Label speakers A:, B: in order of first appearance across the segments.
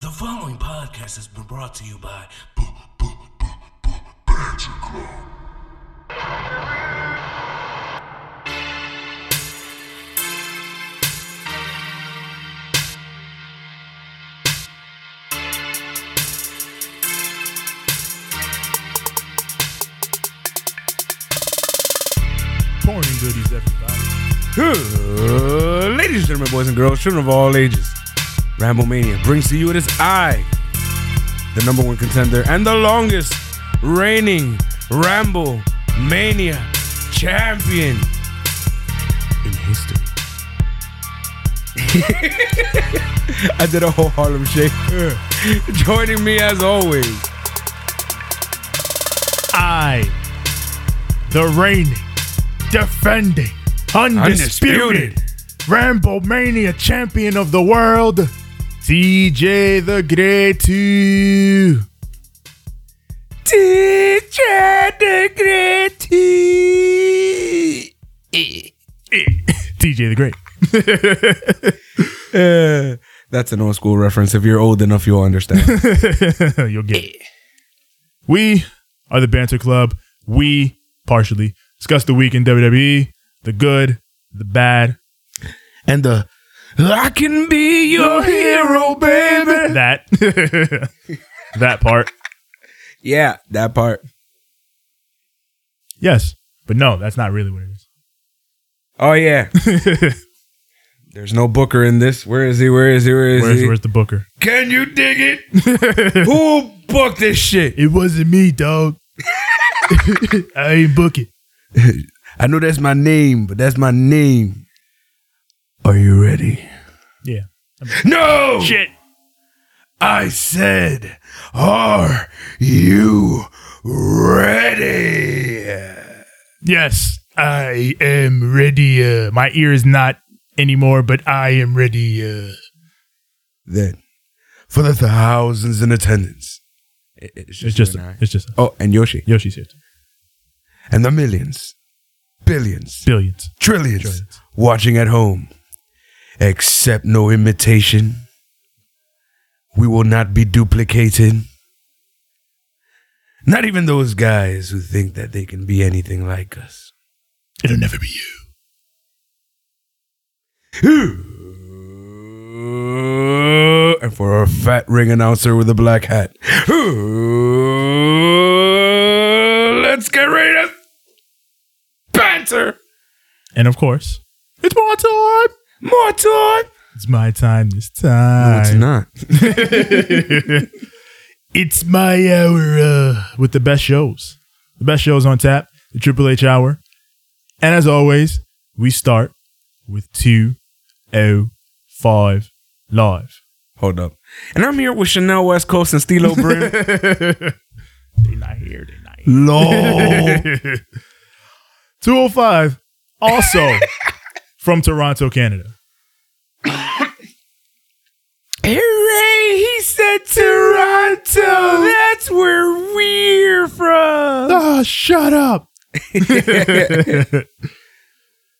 A: The following podcast has been brought to you by
B: Porn and goodies, everybody.
C: Good. Ladies and gentlemen, boys and girls, children of all ages, Rambo Mania brings to you it is I, the number one contender and the longest reigning Rambo Mania champion in history. I did a whole Harlem shake. Joining me as always,
B: I, the reigning, defending, undisputed,
C: Undisputed.
B: Rambo Mania champion of the world, TJ the Great.
C: DJ the Great.
B: TJ the Great.
C: Uh, that's an old school reference. If you're old enough, you'll understand.
B: You'll get it. We are the Banter Club. We partially discuss the week in WWE, the good, the bad, and the
C: I can be your hero, baby.
B: that that part.
C: Yeah, that part.
B: Yes, but no, that's not really what it is.
C: Oh yeah. There's no Booker in this. Where is he? Where is he? Where is
B: Where's
C: he?
B: where's the Booker?
C: Can you dig it? Who booked this shit?
B: It wasn't me, dog. I ain't book it.
C: I know that's my name, but that's my name. Are you ready?
B: Yeah.
C: No.
B: Shit.
C: I said, are you ready?
B: Yes, I am ready. Uh, my ear is not anymore, but I am ready. Uh,
C: then for the thousands in attendance. It- it's
B: it's just,
C: you and I.
B: it's just
C: oh, and Yoshi,
B: Yoshi's here.
C: and the millions, billions,
B: Billions.
C: trillions,
B: Trillions.
C: watching at home. Accept no imitation. We will not be duplicated. Not even those guys who think that they can be anything like us.
B: It'll never be you.
C: and for our fat ring announcer with a black hat. Let's get ready to banter.
B: And of course,
C: It's more time. More time.
B: it's my time this time.
C: not.
B: It's my hour uh, with the best shows. The best shows on tap, the Triple H hour. And as always, we start with 205 Live.
C: Hold up. And I'm here with Chanel West Coast and Stilo Brim.
B: They're not here tonight.
C: Lol.
B: 205, also from Toronto, Canada.
C: Hooray! He said Toronto. That's where we're from.
B: Ah, shut up.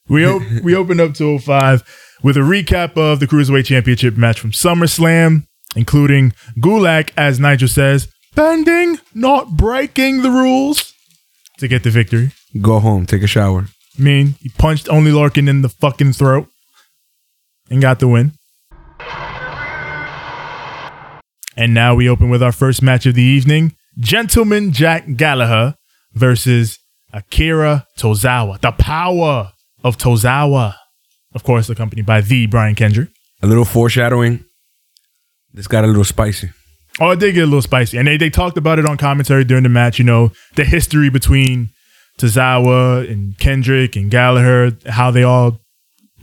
B: we op- we opened up 205 with a recap of the Cruiserweight Championship match from SummerSlam, including Gulak, as Nigel says, bending, not breaking the rules to get the victory.
C: Go home. Take a shower.
B: I mean, he punched only Larkin in the fucking throat and got the win. And now we open with our first match of the evening Gentleman Jack Gallagher versus Akira Tozawa, the power of Tozawa. Of course, accompanied by the Brian Kendrick.
C: A little foreshadowing. This got a little spicy.
B: Oh, it did get a little spicy. And they, they talked about it on commentary during the match, you know, the history between Tozawa and Kendrick and Gallagher, how they all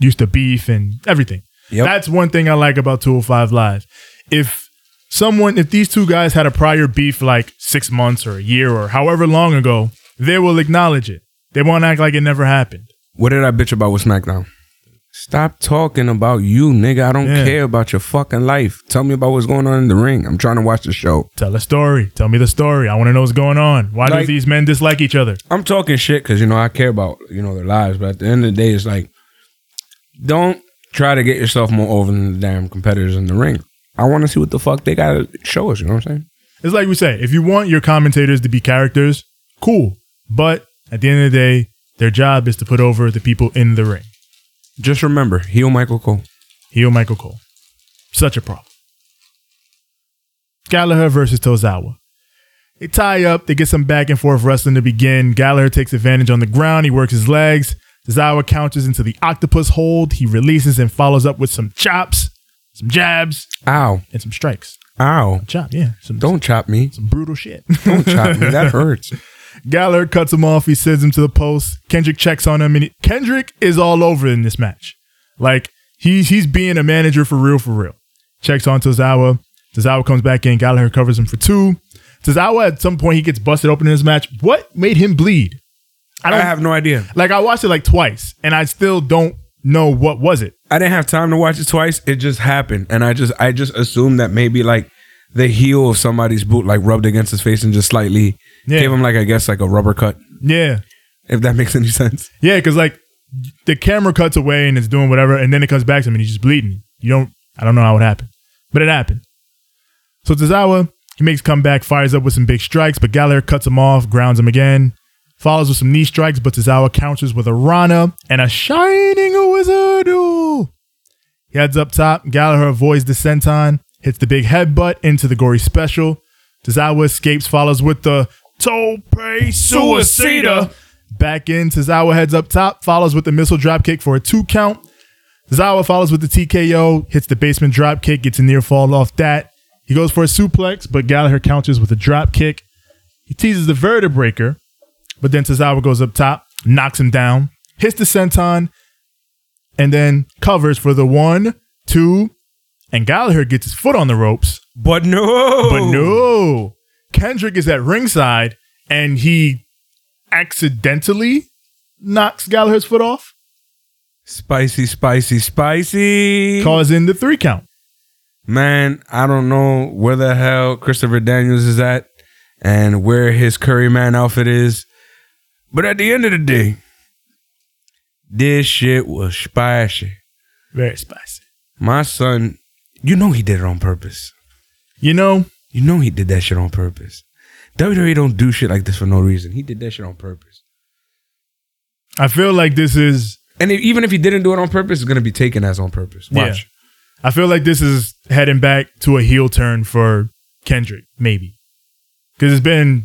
B: used to beef and everything.
C: Yep.
B: That's one thing I like about 205 Live. If someone, if these two guys had a prior beef like six months or a year or however long ago, they will acknowledge it. They won't act like it never happened.
C: What did I bitch about with SmackDown? Stop talking about you, nigga. I don't
B: Yeah.
C: care about your fucking life. Tell me about what's going on in the ring. I'm trying to watch the show.
B: Tell a story. Tell me the story. I want to know what's going on. Why
C: Like-
B: do these men dislike each other?
C: I'm talking shit because you know I care about you know their lives, but at the end of the day, it's like don't try to get yourself more over than the damn competitors in the ring. I want to see what the fuck they got to show us. You know what I'm saying?
B: It's like we say, if you want your commentators to be characters, cool. But at the end of the day, their job is to put over the people in the ring.
C: Just remember, heel Michael Cole.
B: Heel Michael Cole. Such a problem. Gallagher versus Tozawa. They tie up, they get some back and forth wrestling to begin. Gallagher takes advantage on the ground, he works his legs. Tozawa counters into the octopus hold. He releases and follows up with some chops, some jabs,
C: Ow,
B: and some strikes.
C: ow!
B: Chop, yeah. Some,
C: Don't chop me.
B: some brutal shit.
C: Don't chop me. That hurts.
B: Gallagher cuts him off. He sends him to the post. Kendrick checks on him, and he- Kendrick is all over in this match. Like he's he's being a manager for real, for real. Checks on Tozawa. Tozawa comes back in. Gallagher covers him for two. Tozawa at some point he gets busted open in this match. What made him bleed? I
C: I
B: don't
C: have no idea.
B: like. I watched it like twice, and I still don't know what was it.
C: I didn't have time to watch it twice. It just happened, and I just I just assumed that maybe like the heel of somebody's boot like rubbed against his face and just slightly
B: Yeah.
C: gave him like I guess like a rubber cut.
B: Yeah,
C: If that makes any sense.
B: yeah, because like the camera cuts away and it's doing whatever, and then it comes back to him and he's just bleeding. You don't, I don't know how it happened, but it happened. So Tozawa, he makes comeback, fires up with some big strikes, but Gallagher cuts him off, grounds him again, follows with some knee strikes, but Tozawa counters with a Rana and a Shining Wizard. He heads up top. Gallagher avoids the senton, hits the big headbutt into the gory special. Tozawa escapes, follows with the Tope Suicida. Back in, Tozawa heads up top, follows with the missile dropkick for a two count. Tozawa follows with the TKO, hits the basement dropkick, gets a near fall off that. He goes for a suplex, but Gallagher counters with a dropkick. He teases the vertebraker, but then Tozawa goes up top, knocks him down, hits the senton, and then covers for the one, two, and Gallagher gets his foot on the ropes.
C: But no.
B: But no, Kendrick is at ringside and he accidentally knocks Gallagher's foot off,
C: Spicy, spicy, spicy.
B: causing the three count.
C: Man, I don't know where the hell Christopher Daniels is at and where his Curry Man outfit is. But at the end of the day, this shit was spicy.
B: Very spicy.
C: My son, you know he did it on purpose.
B: You know,
C: You know he did that shit on purpose. WWE don't do shit like this for no reason. He did that shit on purpose.
B: I feel like this is
C: And if, even if he didn't do it on purpose, it's gonna be taken as on purpose.
B: Yeah.
C: Watch.
B: I feel like this is heading back to a heel turn for Kendrick, maybe. Because it's been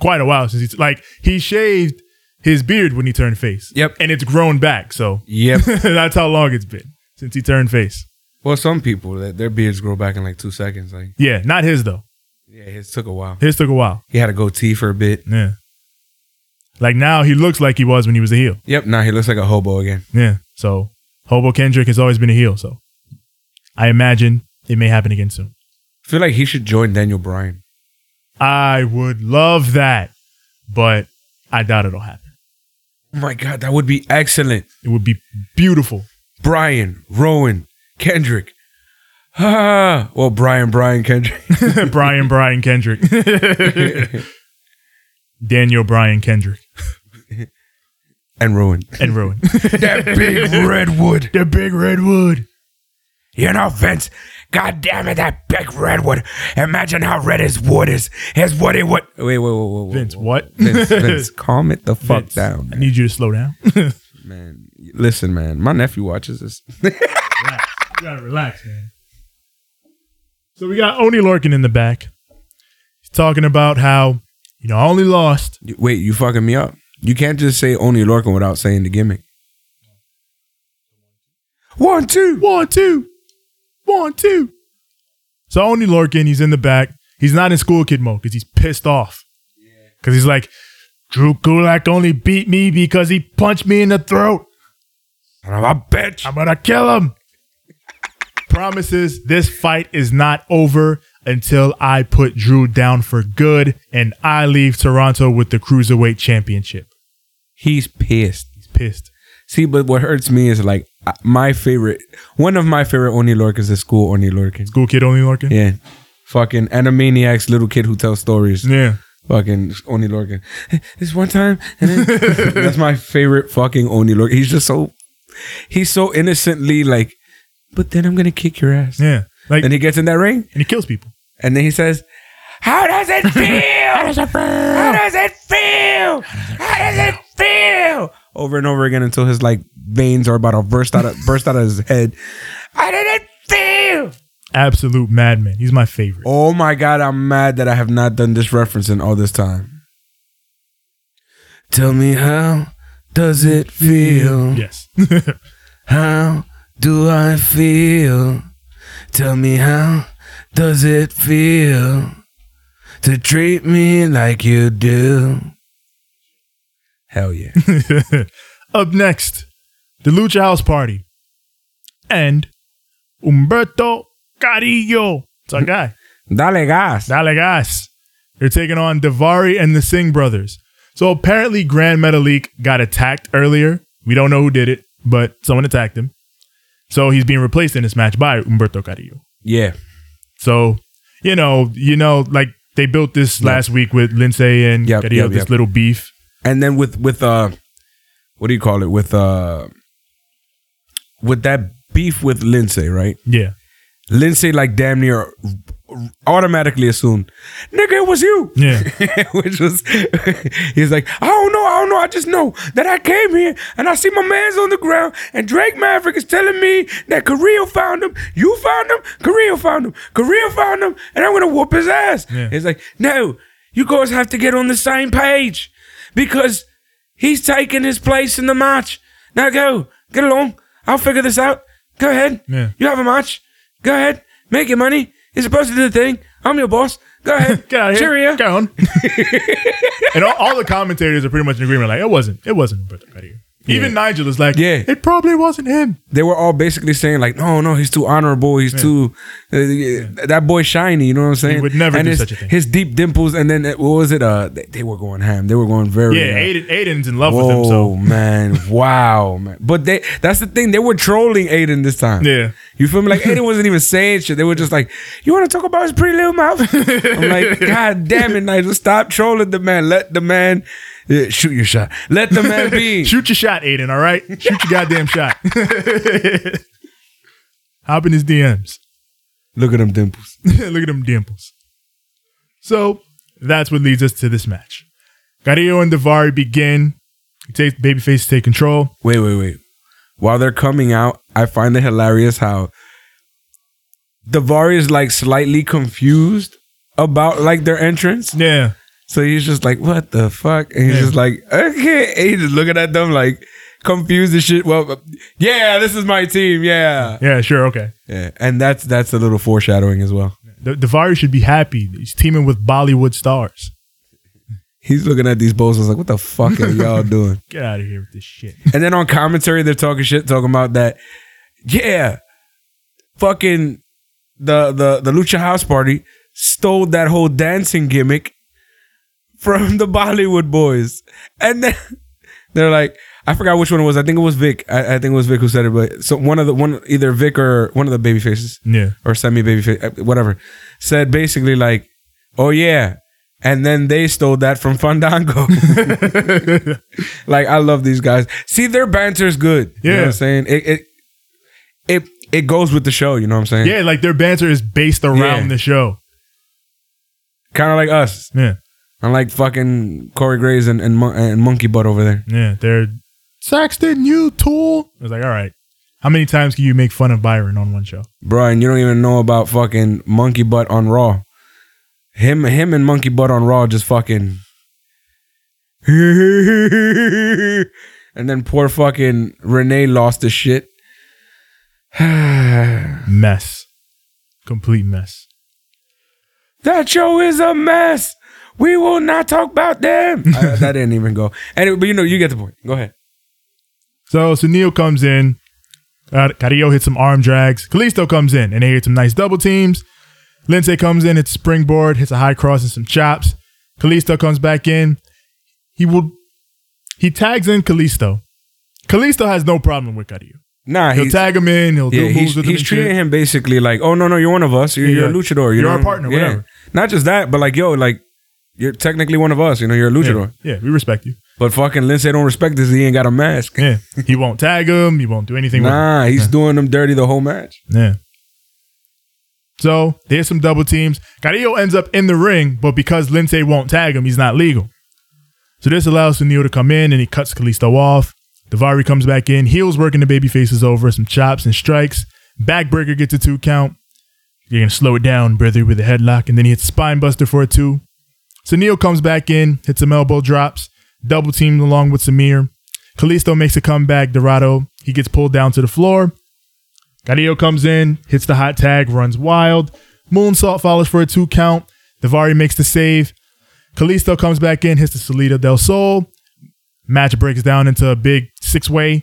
B: quite a while since he, like, he shaved his beard when he turned face.
C: Yep.
B: And it's grown back. So
C: Yep.
B: that's how long it's been since he turned face.
C: Well, some people that their beards grow back in like two seconds. Like,
B: Yeah. Not his, though.
C: yeah, his took a while.
B: His took a while.
C: He had a goatee for a bit.
B: Yeah. Like now he looks like he was when he was a heel.
C: Yep, now he looks like a hobo again.
B: Yeah. So Hobo Kendrick has always been a heel. So I imagine it may happen again soon.
C: I feel like he should join Daniel Bryan.
B: I would love that, but I doubt it'll happen.
C: Oh my god, that would be excellent.
B: It would be beautiful.
C: Bryan, Rowan, Kendrick. Ah, well, Brian, Brian, Kendrick.
B: Brian Brian Kendrick. Daniel Bryan Kendrick
C: and Rowan.
B: and Ruin.
C: that big redwood.
B: the big redwood.
C: You know, Vince, god damn it, that big redwood. Imagine how red his wood is. His woody wood. Wait, wait, wait, wait.
B: Vince, what?
C: Vince, Vince, calm it the fuck
B: Vince,
C: down.
B: I need you to slow down.
C: Man, listen, man. My nephew watches this.
B: You gotta relax, man. So we got Oni Lorkin in the back. He's talking about how, you know, I only lost.
C: You- Wait, you fucking me up. You can't just say Oni Lorcan without saying the gimmick. One, two.
B: One, two. One, two. So Oni Lorkin, he's in the back. He's not in school kid mode because he's pissed off. Because he's like, Drew Gulak only beat me because he punched me in the throat.
C: Son of a bitch.
B: I'm gonna kill him. Promises this fight is not over until I put Drew down for good and I leave Toronto with the Cruiserweight Championship.
C: He's pissed.
B: He's pissed.
C: See, but what hurts me is like uh, my favorite, one of my favorite Oni Lorcans is school Oni Lorcan.
B: School kid only lurking.
C: Yeah. Fucking animaniacs, little kid who tells stories.
B: Yeah.
C: Fucking Oni Lorcan. This one time, and then, that's my favorite fucking Oni Lorcan. He's just so, he's so innocently like, but then I'm gonna kick your ass.
B: Yeah. Like-
C: then he gets in that ring
B: and he kills people.
C: and then he says, "How does it feel? How does it feel? How does it feel? How does it feel?" Over and over again until his like veins are about to burst out of burst out of his head. How did it feel?
B: Absolute madman. He's my favorite.
C: Oh my god, I'm mad that I have not done this reference in all this time. Tell me how does it feel?
B: Yes.
C: Mm-hmm. How do I feel? Tell me how does it feel to treat me like you do? Hell yeah.
B: Up next, the Lucha House Party and Umberto Carrillo. It's our guy.
C: Dale gas.
B: Dale gas. They're taking on Davari and the Singh brothers. So apparently, Grand Metalik got attacked earlier. We don't know who did it, but someone attacked him. So he's being replaced in this match by Umberto Carrillo.
C: Yeah.
B: So, you know, you know, like they built this last week with Lindsay and
C: Yep,
B: Carrillo,
C: yep,
B: this
C: yep.
B: little beef.
C: And then with with uh what do you call it? With uh with that beef with Lindsay, right?
B: Yeah.
C: Lindsay like damn near automatically assumed, nigga, it was you.
B: Yeah.
C: Which was he's like, I don't know, I don't know, I just know that I came here and I see my man's on the ground and Drake Maverick is telling me that Carrillo found him, you found him, Carrillo found him, Carrillo found him, and I'm gonna whoop his ass.
B: Yeah.
C: He's like, no, you guys have to get on the same page because he's taking his place in the match. Now go, get along, I'll figure this out. Go ahead,
B: Yeah.
C: you have a match. Go ahead, make your money. You're supposed to do the thing. I'm your boss. Go ahead,
B: Get out of here.
C: Cheerio.
B: Get on. and all, all the commentators are pretty much in agreement. Like, it wasn't. It wasn't Umberto Carrillo. Even Nigel is like,
C: Yeah.
B: it probably wasn't him.
C: they were all basically saying like, no, no, he's too honorable. He's too uh, that boy shiny. You know what I'm saying?
B: would never
C: and
B: do
C: his,
B: such a thing.
C: His deep dimples, and then uh, what was it? Uh, they, they were going ham. They were going very.
B: Yeah,
C: uh,
B: Aiden, Aiden's in love
C: Whoa,
B: with him. So,
C: man! Wow, man! But they—that's the thing. They were trolling Aiden this time.
B: Yeah.
C: you feel me? Like Aiden wasn't even saying shit. They were just like, "You want to talk about his pretty little mouth?" I'm like, "God damn it, Nigel! Stop trolling the man. Let the man Yeah, shoot your shot. Let the man be."
B: shoot your shot, Aiden, all right? Shoot your goddamn shot. Hop in his DMs.
C: Look at them dimples.
B: Look at them dimples. So that's what leads us to this match. Carrillo and Davari begin. He takes babyface to take control.
C: Wait, wait, wait. While they're coming out, I find it hilarious how Davari is like slightly confused about like their entrance.
B: Yeah.
C: So he's just like, what the fuck? And he's
B: Yeah.
C: just like, okay. And he's just looking at them like confused as shit. Well, yeah, this is my team. Yeah.
B: Yeah, sure, okay.
C: yeah. And that's that's a little foreshadowing as well.
B: D- Davari should be happy. He's teaming with Bollywood stars.
C: He's looking at these bozos like, what the fuck are y'all doing?
B: Get out of here with this shit.
C: And then on commentary, they're talking shit, talking about that. Yeah, fucking the the the Lucha House Party stole that whole dancing gimmick from the Bollywood boys, and then they're like, I forgot which one it was. I think it was Vic. I, I think it was Vic who said it, but so one of the one either Vic or one of the baby faces
B: Yeah.
C: or semi baby face, uh, whatever, said basically like, "Oh yeah," and then they stole that from Fandango. like I love these guys. See, their banter's good. you know
B: Yeah.
C: what I'm saying it. It it, it goes with the show. You know what I'm saying?
B: Yeah, like their banter is based around
C: Yeah.
B: the show.
C: kind of like us.
B: Yeah.
C: Unlike fucking Corey Graves and and, Mon- and Monkey Butt over there.
B: Yeah. They're Saxton, you tool. I was like, all right. How many times can you make fun of Byron on one show?
C: Bro, and you don't even know about fucking Monkey Butt on Raw. Him, him, and Monkey Butt on Raw just fucking. and then poor fucking Renee lost his shit. that
B: Mess. Complete mess.
C: show is a mess. We will not talk about them. I- that didn't even go. Anyway, but you know, you get the point. Go ahead.
B: So Sunil comes in. Car- Carrillo hits some arm drags. Kalisto comes in and they hit some nice double teams. Lince comes in, hits springboard, hits a high cross and some chops. Kalisto comes back in. He will he tags in Kalisto. Kalisto has no problem with Carrillo.
C: Nah,
B: He'll
C: he's,
B: tag him in, he'll
C: yeah,
B: do moves
C: he's,
B: with him.
C: he's
B: and
C: treating
B: shit.
C: him basically like, oh, no, no, you're one of us. You're,
B: Yeah,
C: you're a
B: yeah.
C: luchador. You
B: You're
C: know?
B: our partner,
C: Yeah.
B: whatever.
C: Not just that, but like, yo, like, you're technically one of us. You know, you're a luchador.
B: Yeah, yeah, we respect you.
C: But fucking Lindsay don't respect this. He ain't got a mask.
B: Yeah. he won't tag him, he won't do anything with him.
C: Nah, he's doing them dirty the whole match.
B: Yeah. So there's some double teams. Carrillo ends up in the ring, but because Lindsay won't tag him, he's not legal. So this allows Sunil to come in and he cuts Kalisto off. Davari comes back in. Heels working the baby faces over, some chops and strikes. Backbreaker gets a two count. You're going to slow it down, brother, with a headlock. And then he hits Spinebuster for a two. Sunil comes back in, hits some elbow drops, double teamed along with Samir. Kalisto makes a comeback. Dorado, he gets pulled down to the floor. Carrillo comes in, hits the hot tag, runs wild. Moonsault follows for a two count. Davari makes the save. Kalisto comes back in, hits the Salida del Sol. Match breaks down into a big six way.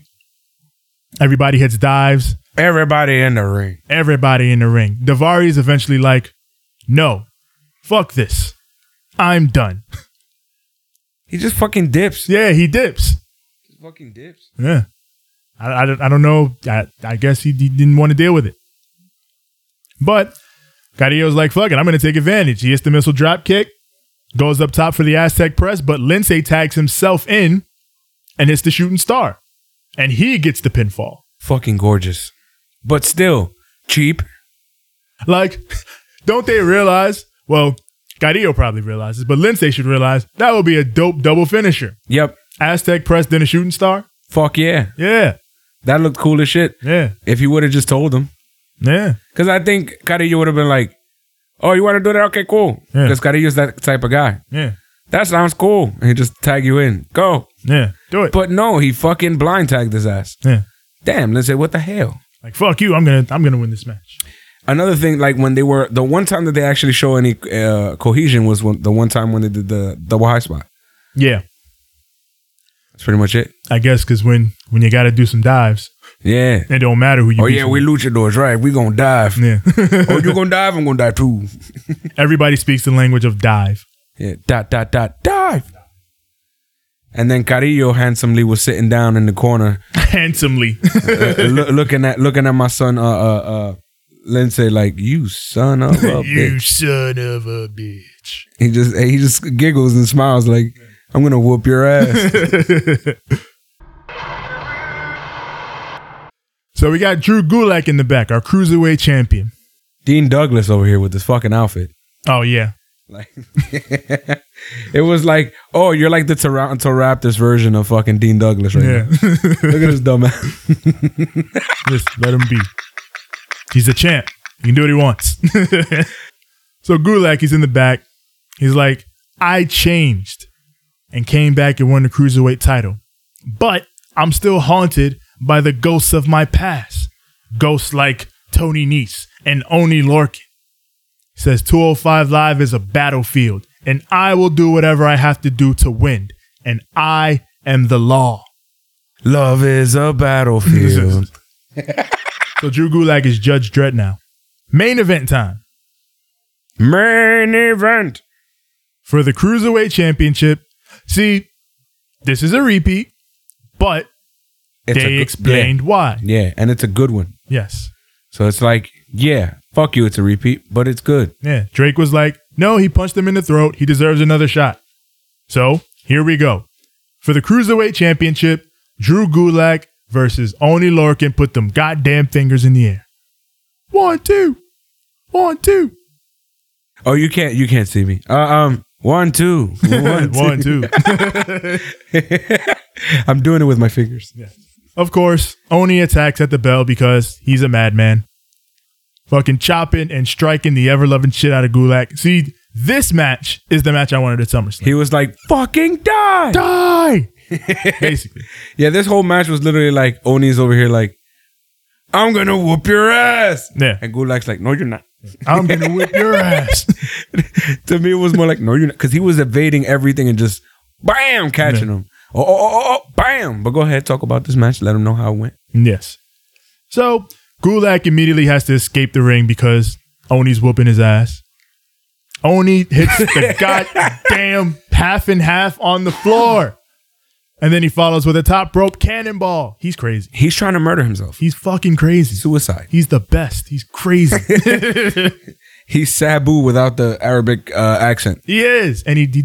B: Everybody hits dives.
C: Everybody in the ring.
B: Everybody in the ring. Davari is eventually like, no, fuck this. I'm done.
C: He just fucking dips.
B: Yeah, he dips.
C: Just fucking dips.
B: Yeah. I, I, don't- I don't know. I, I guess he, he didn't want to deal with it. But Carrillo's like, fuck it, I'm going to take advantage. He hits the missile drop kick, goes up top for the Aztec press, but Lindsay tags himself in and hits the shooting star. And he gets the pinfall.
C: Fucking gorgeous. But still, cheap.
B: Like, don't they realize? Well, Carrillo probably realizes, but Lindsay should realize that would be a dope double finisher.
C: Yep.
B: Aztec press, then a shooting star.
C: Fuck yeah.
B: Yeah,
C: That looked cool as shit.
B: yeah,
C: If you would have just told him.
B: yeah.
C: Because I think Carillo would have been like, oh, you want to do that? Okay, cool.
B: Yeah.
C: Because Carillo's that type of guy.
B: Yeah,
C: That sounds cool. And he just tag you in. Go.
B: yeah. Do it.
C: But no, he fucking blind tagged his ass.
B: Yeah.
C: Damn, let's say, what the hell?
B: Like fuck you. I'm gonna I'm gonna win this match.
C: Another thing, like when they were, the one time that they actually show any uh, cohesion was when, the one time when they did the double high spot.
B: Yeah,
C: That's pretty much it.
B: I guess because when when you got to do some dives,
C: Yeah.
B: it don't matter who you.
C: Oh,
B: beat
C: yeah, we
B: with.
C: luchadors, right? We gonna dive.
B: yeah.
C: oh, you gonna dive? I'm gonna dive too.
B: Everybody speaks the language of dive.
C: Yeah, dot dot dot dive. And then Carillo handsomely was sitting down in the corner,
B: Handsomely,
C: uh, loo- looking at looking at my son, uh, uh, uh, Lindsay, like you son of a
B: you
C: bitch.
B: son of a bitch.
C: He just he just giggles and smiles like I'm gonna whoop your ass.
B: So we got Drew Gulak in the back, our cruiserweight champion.
C: Dean Douglas over here with this fucking outfit.
B: Oh yeah,
C: Like it was like, oh, you're like the Toronto Raptors version of fucking Dean Douglas right
B: yeah.
C: now. Look at this dumbass.
B: Just let him be. He's a champ. He can do what he wants. so Gulak, he's in the back. He's like, I changed and came back and won the cruiserweight title. But I'm still haunted by the ghosts of my past. Ghosts like Tony Nese and Oni Lorkin. He says 205 Live is a battlefield, and I will do whatever I have to do to win. And I am the law.
C: Love is a battlefield.
B: So Drew Gulak is Judge Dredd now. Main event time.
C: Main event.
B: for the Cruiserweight Championship. See, this is a repeat, but
C: It's a
B: they
C: good-
B: explained why.
C: Yeah, yeah, and it's a good one.
B: Yes.
C: So it's like, yeah, fuck you, it's a repeat, but it's good.
B: Yeah. Drake was like, no, he punched him in the throat. He deserves another shot. So here we go. For the Cruiserweight Championship, Drew Gulak versus Oni Lorkin put them goddamn fingers in the air. One, two. One, two.
C: Oh, you can't, you can't see me. Uh, um, one, two, one, two.
B: One, two.
C: I'm doing it with my fingers.
B: Of course, Oni attacks at the bell because he's a madman. Fucking chopping and striking the ever loving shit out of Gulak. See, this match is the match I wanted at SummerSlam.
C: He was like, fucking die.
B: Die! Basically.
C: Yeah, this whole match was literally like Oni's over here, like, I'm gonna whoop your ass.
B: Yeah.
C: And Gulak's like, no, you're not.
B: I'm going to whip your ass.
C: to me, it was more like, no, you're not. Because he was evading everything and just bam, catching him. Oh, oh, oh, oh, bam. But go ahead, talk about this match. Let him know how it went.
B: Yes. So Gulak immediately has to escape the ring because Oni's whooping his ass. Oni hits the goddamn half and half on the floor. And then he follows with a top rope cannonball. He's crazy.
C: He's trying to murder himself.
B: He's fucking crazy.
C: Suicide.
B: He's the best. He's crazy.
C: He's Sabu without the Arabic uh, accent.
B: he is. And he, he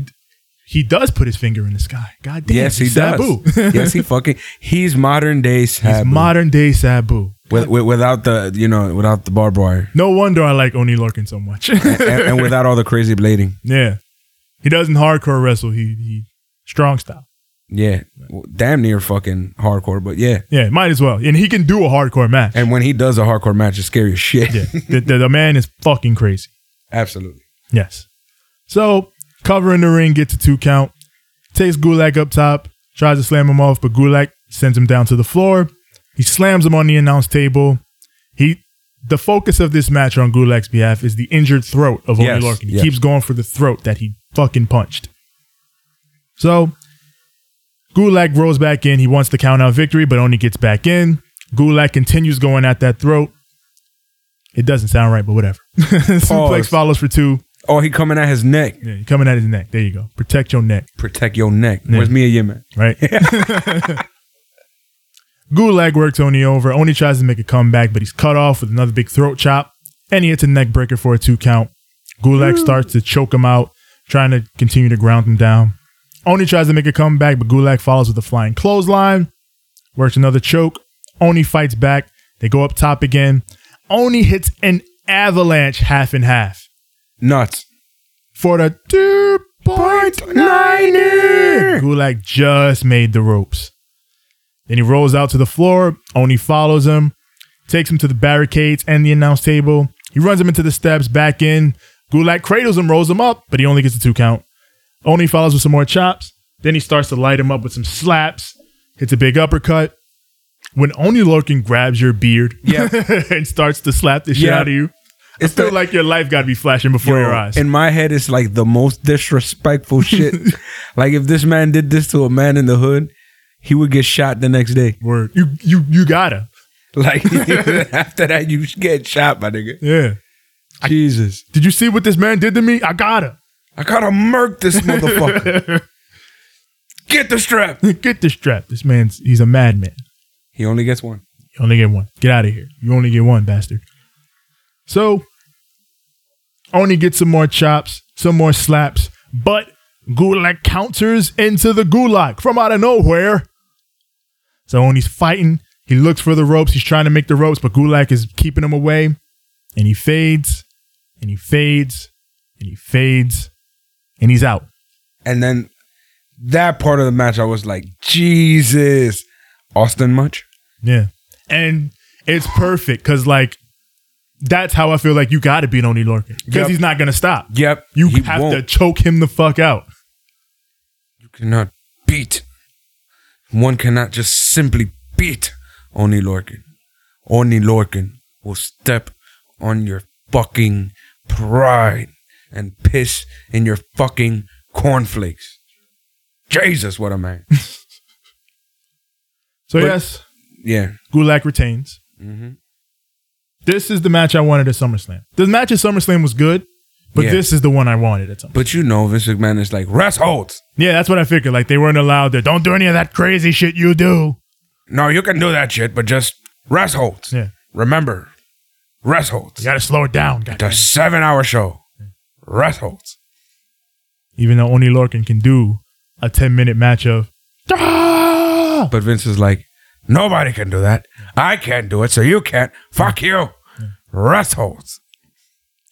B: he does put his finger in the sky. God damn.
C: yes, he
B: he's Sabu.
C: does. yes, he fucking. He's modern day Sabu.
B: He's modern day Sabu.
C: with, with, without the you know without the barbed wire
B: No wonder I like Oni Larkin so much.
C: and, and without all the crazy blading.
B: yeah. He doesn't hardcore wrestle. He he strong style.
C: Yeah, Well, damn near fucking hardcore. But yeah,
B: Yeah, might as well. And he can do a hardcore match.
C: and when he does a hardcore match, it's scary as shit.
B: yeah. the, the, the man is fucking crazy.
C: Absolutely.
B: Yes. So, covering the ring, gets a two count, takes Gulak up top, tries to slam him off, but Gulak sends him down to the floor. He slams him on the announce table. He, the focus of this match on Gulak's behalf is the injured throat of Oni
C: Yes,
B: Larkin. He
C: yes.
B: keeps going for the throat that he fucking punched. So, Gulak rolls back in. He wants the count out victory, but Oni gets back in. Gulak continues going at that throat. It doesn't sound right, but whatever. Suplex
C: Pause.
B: follows for two.
C: Oh, he coming at his neck.
B: Yeah, you're coming at his neck. There you go. Protect your neck,
C: Protect your neck. Where's Mia Yim at?
B: right? Gulag works Oni over. Oni tries to make a comeback, but he's cut off with another big throat chop, and he hits a neck breaker for a two count. Gulag starts to choke him out, trying to continue to ground him down. Oni tries to make a comeback, but Gulag follows with a flying clothesline, works another choke. Oni fights back. They go up top again. Oni hits an avalanche half and half
C: Nuts.
B: for the two point
C: Niner.
B: Gulak just made the ropes. Then he rolls out to the floor. Oni follows him, takes him to the barricades and the announce table. He runs him into the steps, back in. Gulak cradles him, rolls him up, but he only gets a two count. Oni follows with some more chops. Then he starts to light him up with some slaps, hits a big uppercut. When Oni Lorkin grabs your beard
C: Yeah.
B: and starts to slap the shit
C: Yeah.
B: out of you,
C: It's
B: I feel
C: the-
B: like your life got to be flashing before your
C: Yo,
B: eyes.
C: In my head, it's like the most disrespectful shit. like if this man did this to a man in the hood, he would get shot the next day.
B: Word. You you you gotta.
C: Like after that, you get shot, my nigga.
B: Yeah.
C: Jesus,
B: Did you see what this man did to me? I gotta.
C: I gotta murk this motherfucker. get the strap.
B: Get this strap. This man's he's a madman.
C: He only gets one.
B: You only get one. Get out of here. You only get one, bastard. So Oni gets some more chops, some more slaps, but Gulak counters into the Gulak from out of nowhere. So Oni's fighting. He looks for the ropes. He's trying to make the ropes, but Gulak is keeping him away. And he fades, and he fades, and he fades, and he's out.
C: And then that part of the match, I was like, Jesus, Austin much?
B: Yeah. And it's perfect because, like, that's how I feel like you got to beat Oni Lorcan because
C: Yep.
B: he's not going to stop.
C: Yep.
B: You
C: he
B: have
C: won't.
B: to choke him the fuck out.
C: You cannot beat. One cannot just simply beat Oni Lorcan. Oni Lorcan will step on your fucking pride and piss in your fucking cornflakes. Jesus, what a man.
B: So,
C: But- Mm-hmm.
B: yes,
C: yeah.
B: Gulak retains. This is the match I wanted at SummerSlam. The match at SummerSlam was good, but
C: Yeah.
B: this is the one I wanted at SummerSlam.
C: But you know, Vince McMahon is like, rest holds.
B: Yeah, that's what I figured. Like, they weren't allowed to, don't do any of that crazy shit you do.
C: No, you can do that shit, but just rest holds.
B: Yeah.
C: Remember, rest holds.
B: You got to slow it down, goddamn.
C: The seven hour show. Rest holds.
B: Even though Oni Lorcan can do a 10 minute match of, "Ah!"
C: But Vince is like, nobody can do that. I can't do it, so you can't. Fuck you. Rest holds.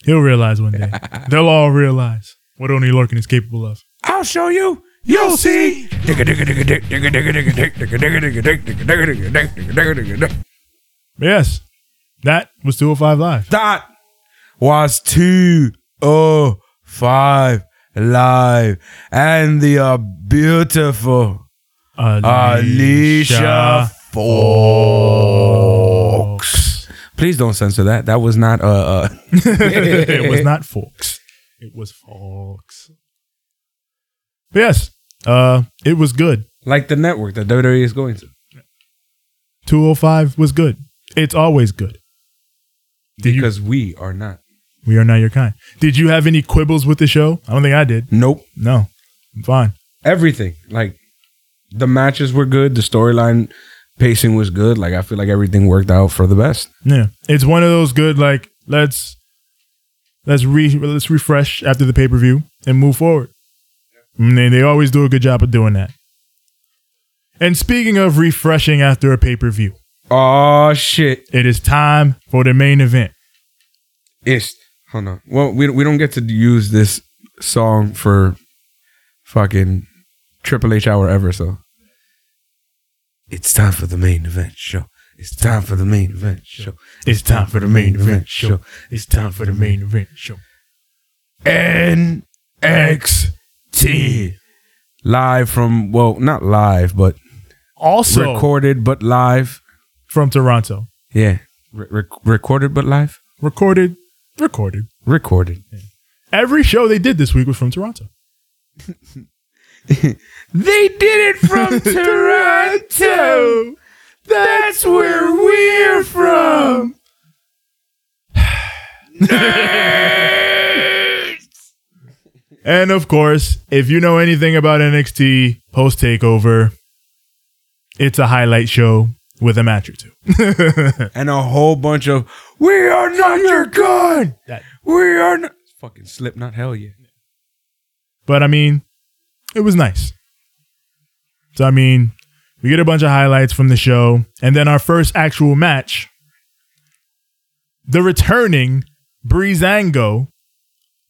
B: He'll realize one day. They'll all realize what Oni Lorcan is capable of.
C: I'll show you. You'll see. Digga, digga, digga, dick, digga, digga, digga, dick, digga, digga, digga, dick, digga, digga, digga, dick, digga, digga, digga, dick.
B: But yes, that was 205 Live.
C: That was 205 live. And the uh, beautiful Alicia Fox. Please don't censor that. That was not uh, uh
B: it was not Fox. It was Fox. But yes, uh, it was good.
C: like the network that WWE is going to.
B: 205 was good. It's always good. Did you,
C: Because we are not.
B: we are not your kind. Did you have any quibbles with the show? I don't think I did.
C: Nope.
B: No, I'm fine.
C: Everything. Like the matches were good. The storyline pacing was good. Like I feel like everything worked out for the best.
B: Yeah, it's one of those good like let's let's re let's refresh after the pay per view and move forward. And they they always do a good job of doing that. And speaking of refreshing after a pay per view,
C: Oh shit!
B: It is time for the main event.
C: It's hold on. Well, we we don't get to use this song for fucking Triple H hour ever. So it's time for the main event show. It's time for the main event show.
B: It's time for the main event show. It's time for the main event show.
C: NXT live from well, not live, but
B: Also
C: recorded but live.
B: from Toronto.
C: Yeah, Re- rec- recorded but live.
B: Recorded, recorded.
C: Recorded.
B: Every show they did this week was from Toronto.
C: They did it from Toronto. That's where we're from.
B: And of course, if you know anything about NXT post takeover, it's a highlight show with a match or two.
C: And a whole bunch of we are not your gun.
B: That-
C: We are not fucking Slipknot. Hell yeah.
B: But I mean, it was nice. So I mean, we get a bunch of highlights from the show, and then our first actual match, the returning Breezango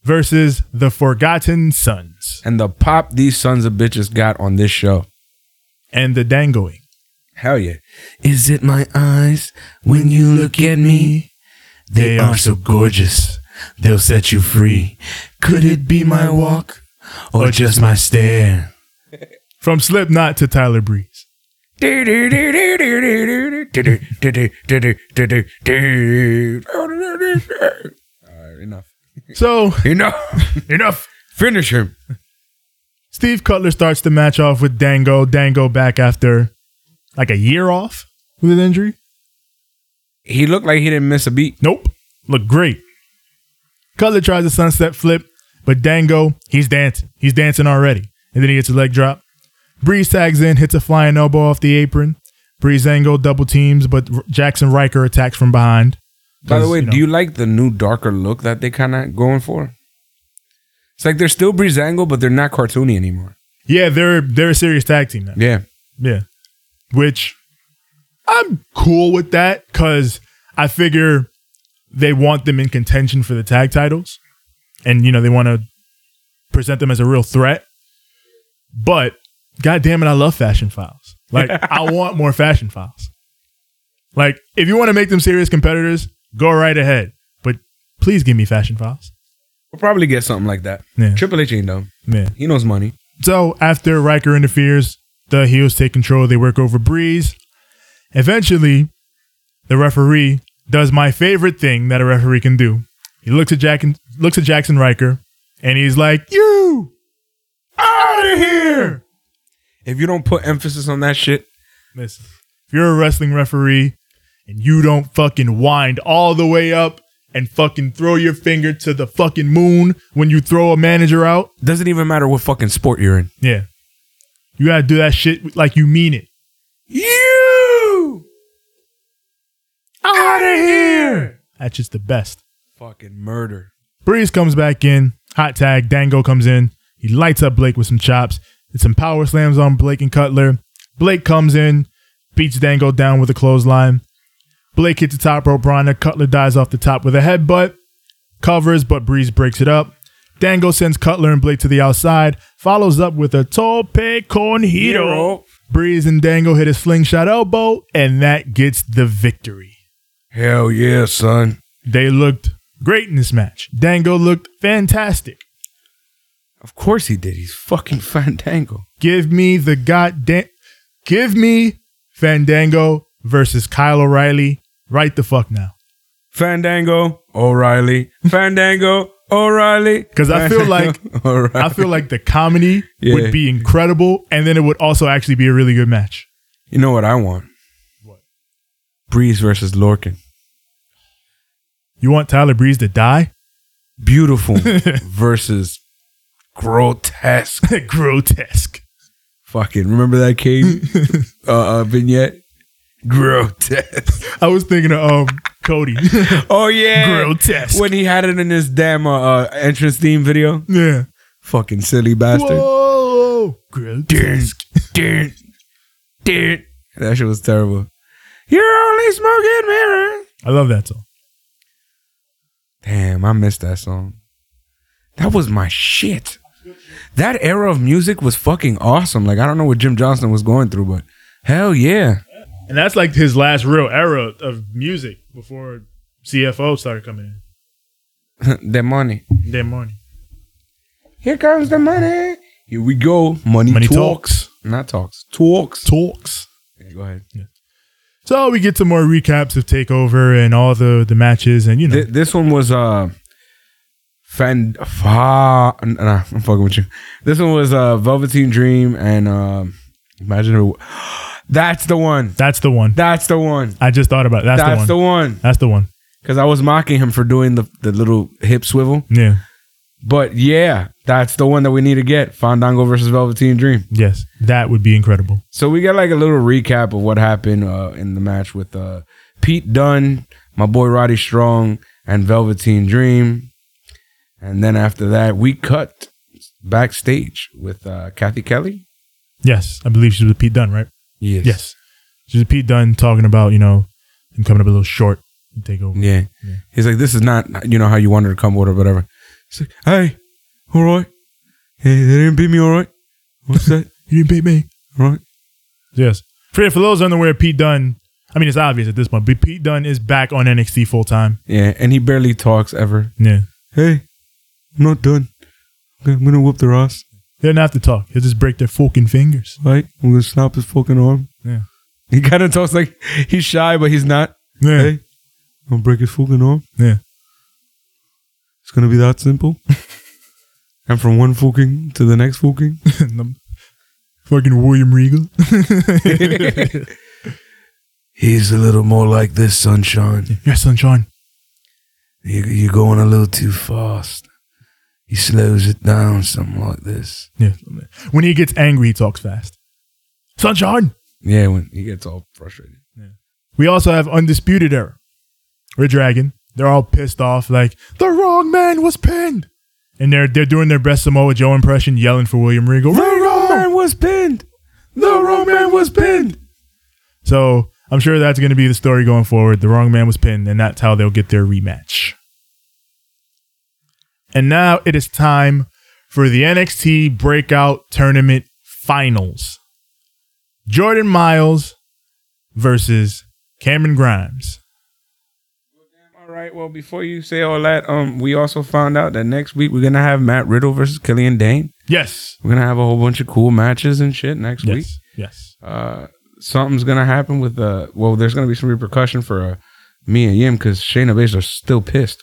B: versus the Forgotten Sons
C: And the pop these sons of bitches got on this show.
B: and the Dangoing.
C: Hell yeah. Is it my eyes when you look at me? They are so gorgeous. They'll set you free. Could it be my walk or just my stare?
B: From Slipknot to Tyler Breeze.
C: Alright, enough.
B: So
C: Enough. Enough. Finish him.
B: Steve Cutler starts the match off with Dango. Dango back after like a year off with an injury.
C: He looked like he didn't miss a beat.
B: Nope. Look great. Cutler tries a sunset flip, but Dango, he's dancing. He's dancing already. And then he gets a leg drop. Breeze tags in, hits a flying elbow off the apron. Breeze Dango double teams, but R- Jackson Riker attacks from behind.
C: By the
B: 'Cause,
C: way,
B: know,
C: do you like the new darker look that they kind of going for? It's like they're still Breezango, but they're not cartoony anymore.
B: Yeah, they're they're a serious tag team now.
C: Yeah.
B: Yeah. Which I'm cool with that because I figure they want them in contention for the tag titles. And, you know, they want to present them as a real threat. But god damn it, I love fashion files. Like, I want more fashion files. Like, if you want to make them serious competitors, go right ahead. But please give me fashion files.
C: We'll probably get something like that.
B: Yeah.
C: Triple H ain't dumb.
B: Man.
C: He knows money.
B: So after Riker interferes, the heels take control. They work over Breeze. Eventually, the referee does my favorite thing that a referee can do. He looks at Jack looks at Jackson Riker, and he's like, "You out of here!"
C: If you don't put emphasis on that shit,
B: Listen, if you're a wrestling referee and you don't fucking wind all the way up and fucking throw your finger to the fucking moon when you throw a manager out,
C: doesn't even matter what fucking sport you're in.
B: yeah, you gotta do that shit like you mean it.
C: You out of here!
B: That's just the best.
C: Fucking murder.
B: Breeze comes back in. Hot tag. Dango comes in. He lights up Blake with some chops and some power slams on Blake and Cutler. Blake comes in, beats Dango down with a clothesline. Blake hits the top rope Rhonda. Cutler dies off the top with a headbutt. Covers, but Breeze breaks it up. Dango sends Cutler and Blake to the outside, follows up with a tope con hero. Breeze and Dango hit a slingshot elbow, and that gets the victory.
C: Hell yeah, son.
B: They looked great in this match. Dango looked fantastic.
C: Of course he did. He's fucking Fandango.
B: Give me the goddamn. Give me Fandango versus Kyle O'Reilly right the fuck now.
C: Fandango, O'Reilly. Fandango, O'Reilly.
B: 'Cause I feel like-
C: O'Reilly.
B: I feel like the comedy
C: Yeah.
B: would be incredible, and then it would also actually be a really good match.
C: You know what I want?
B: What?
C: Breeze versus Lorkin.
B: You want Tyler Breeze to die?
C: Beautiful versus grotesque.
B: Grotesque.
C: Fucking remember that King uh, uh, vignette? Grotesque.
B: I was thinking of um, Cody.
C: Oh yeah,
B: Grotesque.
C: When he had it in his damn uh, uh, entrance theme video,
B: yeah.
C: fucking silly bastard.
B: Whoa. Grotesque.
C: Dun, dun, dun. That shit was terrible. You're only smoking mirrors.
B: I love that song.
C: Damn, I missed that song. That was my shit. That era of music was fucking awesome. Like I don't know what Jim Johnson was going through, but hell yeah.
B: And that's like his last real era of music before CFO started coming
C: the money.
B: in. Damn morning.
C: Here comes the money. Here we go. Money,
B: Money
C: talks. Not talks. Talks.
B: Talks.
C: Yeah, go ahead.
B: So we get some more recaps of Takeover and all the the matches, and you know,
C: Th- this one was uh fan fa- nah, I'm fucking with you. This one was uh Velveteen Dream and um Imagine Who- That's the one.
B: that's the one.
C: That's the one.
B: I just thought about it. that's,
C: That's
B: the
C: the
B: one.
C: one.
B: That's the one.
C: Cause I was mocking him for doing the, the little hip swivel.
B: Yeah.
C: But yeah, that's the one that we need to get. Fandango versus Velveteen Dream.
B: Yes. That would be incredible.
C: So we got like a little recap of what happened uh, in the match with uh, Pete Dunne, my boy Roddy Strong, and Velveteen Dream. And then after that, we cut backstage with uh, Kathy Kelly.
B: Yes, I believe she was with Pete Dunn, right?
C: Yes.
B: Yes. She was with Pete Dunn talking about you know him coming up a little short and Takeover.
C: Yeah. He's like, this is not, you know, how you wanted to come with or whatever. He's like, hey, all right. Hey, they didn't beat me, all right. What's that?
B: You didn't beat me.
C: All right.
B: Yes. For, for those unaware, Pete Dunn. I mean, it's obvious at this point, but Pete Dunn is back on NXT full time.
C: Yeah. And he barely talks ever.
B: Yeah.
C: Hey, I'm not done. I'm gonna whoop their ass.
B: They don't have to talk. He'll just break their fucking fingers.
C: Right? I'm gonna snap his fucking arm.
B: Yeah.
C: He kind of talks like he's shy, but he's not.
B: Yeah.
C: Hey, I'm gonna break his fucking arm.
B: Yeah.
C: It's gonna be that simple. and from one fucking to the next fucking.
B: fucking William Regal.
C: He's a little more like this, sunshine.
B: yes, sunshine.
C: You, you're going a little too fast. He slows it down, something like this.
B: Yeah. When he gets angry, he talks fast. Sunshine.
C: Yeah, when he gets all frustrated.
B: We also have Undisputed Era. We're Dragon. They're all pissed off, like, the wrong man was pinned. And they're they're doing their best Samoa Joe impression, yelling for William Regal.
C: wrong man was pinned. The wrong man was pinned.
B: So I'm sure that's going to be the story going forward. The wrong man was pinned, and that's how they'll get their rematch. And now it is time for the NXT Breakout Tournament Finals Jordan Miles versus Cameron Grimes.
C: All right. Well, before you say all that, um, we also found out that next week we're gonna have Matt Riddle versus Killian Dane.
B: Yes.
C: We're gonna have a whole bunch of cool matches and shit next week.
B: Yes. Yes.
C: Uh, something's gonna happen with uh, well, there's gonna be some repercussion for uh, me and Yim because Shayna Baszler is still pissed.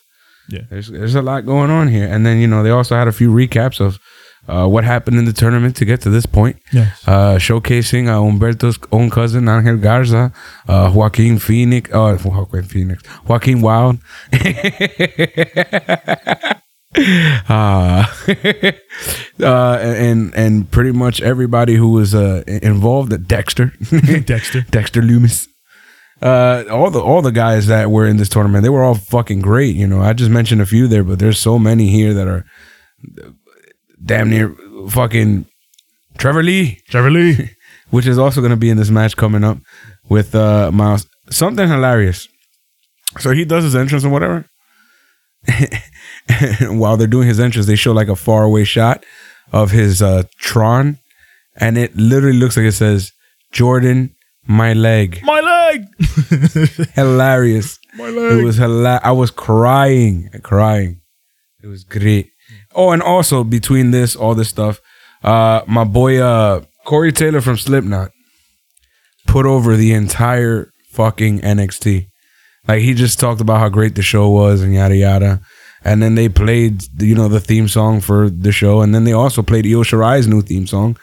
B: Yeah.
C: There's there's a lot going on here, and then you know they also had a few recaps of uh, what happened in the tournament to get to this point.
B: Yes.
C: Uh, showcasing uh, Humberto's own cousin Angel Garza, uh, Joaquin Phoenix, uh, Joaquin Phoenix, Joaquin Wild, uh, uh, and and pretty much everybody who was uh, involved at Dexter,
B: Dexter.
C: Dexter Loomis. Uh, all the all the guys that were in this tournament, they were all fucking great. You know, I just mentioned a few there, but there's so many here that are damn near fucking Trevor Lee,
B: Trevor Lee.
C: which is also going to be in this match coming up with uh Miles. Something hilarious. So he does his entrance and whatever. and while they're doing his entrance, they show like a faraway shot of his uh Tron, and it literally looks like it says Jordan, my leg.
B: My leg.
C: Hilarious.
B: My
C: It
B: leg.
C: was hilarious. I was crying, crying. It was great. Oh, and also between this, all this stuff, uh, my boy uh, Corey Taylor from Slipknot put over the entire fucking NXT. Like he just talked about how great the show was and yada yada. And then they played, you know, the theme song for the show, and then they also played Io Shirai's new theme song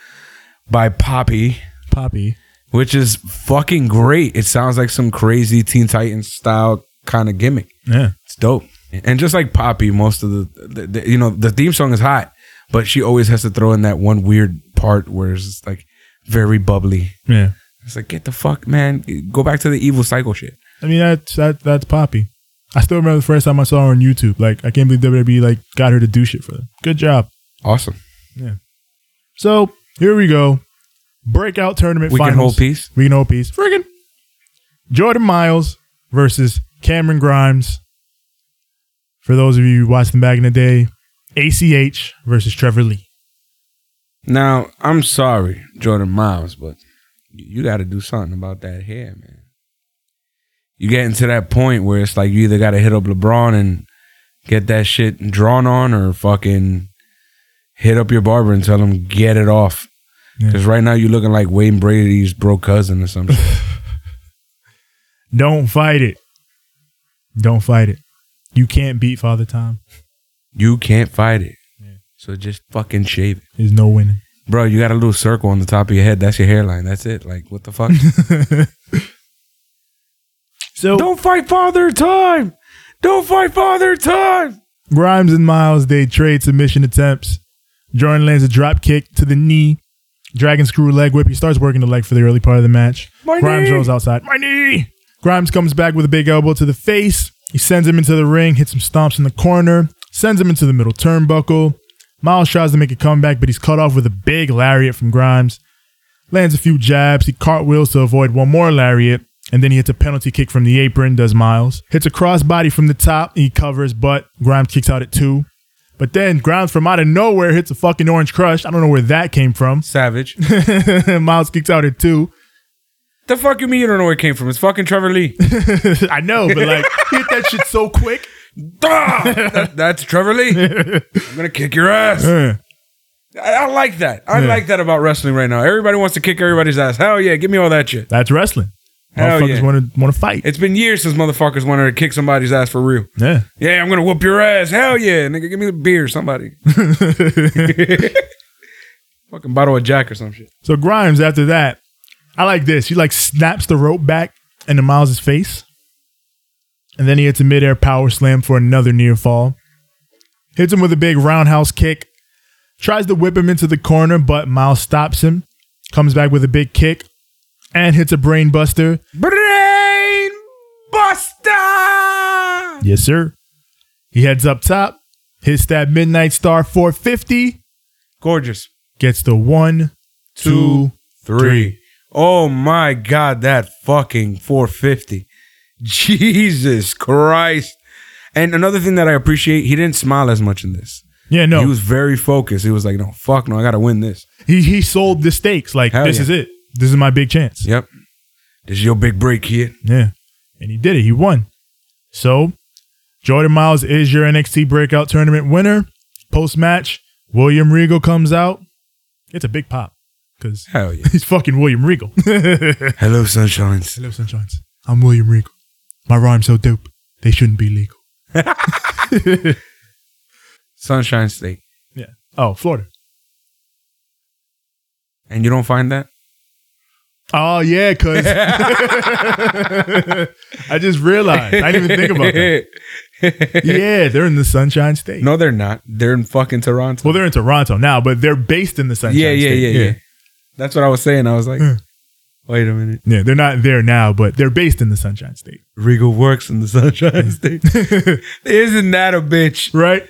C: by Poppy
B: Poppy.
C: which is fucking great. It sounds like some crazy Teen Titans style kind of gimmick.
B: Yeah.
C: It's dope. And just like Poppy, most of the, the, the- you know the theme song is hot, but she always has to throw in that one weird part where it's just like very bubbly.
B: Yeah.
C: It's like get the fuck, man. Go back to the evil cycle shit.
B: I mean, that's that, that's Poppy. I still remember the first time I saw her on YouTube. Like, I can't believe WWE like got her to do shit for them. Good job.
C: Awesome.
B: So here we go. Breakout tournament
C: We can
B: finals.
C: hold peace.
B: We can hold peace. Friggin'. Jordan Miles versus Cameron Grimes. For those of you who watched them back in the day, ACH versus Trevor Lee.
C: Now, I'm sorry, Jordan Miles, but you got to do something about that hair, man. You getting to that point where it's like you either got to hit up LeBron and get that shit drawn on, or fucking hit up your barber and tell him get it off.
B: Yeah.
C: Because right now you're looking like Wayne Brady's bro cousin or something.
B: Don't fight it. Don't fight it. You can't beat Father Time.
C: you can't fight it, so just fucking shave it,
B: There's no winning.
C: bro. You got a little circle on the top of your head. That's your hairline. That's it. Like what the fuck?
B: So
C: Don't fight father time. Don't fight father time.
B: Grimes and Miles, they trade submission attempts. Jordan lands a drop kick to the knee. Dragon screw leg whip. He starts working the leg for the early part of the match.
C: My
B: Grimes
C: knee!
B: rolls outside. My knee! Grimes comes back with a big elbow to the face. He sends him into the ring, hits some stomps in the corner, sends him into the middle turnbuckle. Miles tries to make a comeback, but he's cut off with a big lariat from Grimes. Lands a few jabs. He cartwheels to avoid one more lariat, and then he hits a penalty kick from the apron, does Miles. Hits a crossbody from the top, he covers, but Grimes kicks out at two. But then Grimes from out of nowhere hits a fucking orange crush. I don't know where that came from.
C: Savage.
B: Miles kicks out at two.
C: the fuck you mean you don't know where it came from? It's fucking Trevor Lee.
B: I know, but like, he hit that shit so quick.
C: Duh! That- that's Trevor Lee. I'm gonna kick your ass. I,
B: Uh,
C: I like that. I
B: Yeah.
C: like that about wrestling right now. Everybody wants to kick everybody's ass. Hell yeah, give me all that shit.
B: that's wrestling.
C: Hell
B: Motherfuckers
C: yeah.
B: want to want to fight.
C: It's been years since motherfuckers wanted to kick somebody's ass for real.
B: Yeah.
C: Yeah, I'm gonna whoop your ass. Hell yeah, nigga, give me the beer, somebody. fucking bottle of Jack or some shit.
B: So Grimes, after that, I like this. He like snaps the rope back into Miles' face. And then he hits a midair power slam for another near fall. Hits him with a big roundhouse kick. Tries to whip him into the corner, but Miles stops him. Comes back with a big kick and hits a brain buster.
C: Brain Buster!
B: Yes, sir. He heads up top, hits that Midnight Star 450,
C: Gorgeous.
B: gets the one, two,
C: Two, three. Oh my God, that fucking 450. Jesus Christ. And another thing that I appreciate, he didn't smile as much in this.
B: Yeah,
C: He
B: no.
C: was very focused. He was like, no, fuck no, I gotta win this.
B: He, he sold the stakes. Like,
C: Hell
B: this
C: yeah.
B: is it. This is my big chance.
C: Yep. This is your big break, kid.
B: Yeah. And he did it. He won. So, Jordan Miles is your NXT Breakout Tournament winner. Post match, William Regal comes out. It's a big pop because
C: Hell yeah.
B: he's fucking William Regal.
C: Hello, sunshines.
B: Hello, Sunshines. I'm William Regal. My rhymes so dope, they shouldn't be legal.
C: Sunshine State.
B: Yeah. Oh, Florida.
C: And you don't find that?
B: Oh, yeah, because I just realized. I didn't even think about that. Yeah, they're in the Sunshine State.
C: no, they're not. They're in fucking Toronto.
B: Well, they're in Toronto now, but they're based in the Sunshine
C: yeah, yeah,
B: State.
C: yeah, yeah, That's what I was saying. I was like,
B: Yeah.
C: wait a minute.
B: Yeah, they're not there now, but they're based in the Sunshine State,
C: Regal works in the Sunshine State. Isn't that a bitch?
B: right?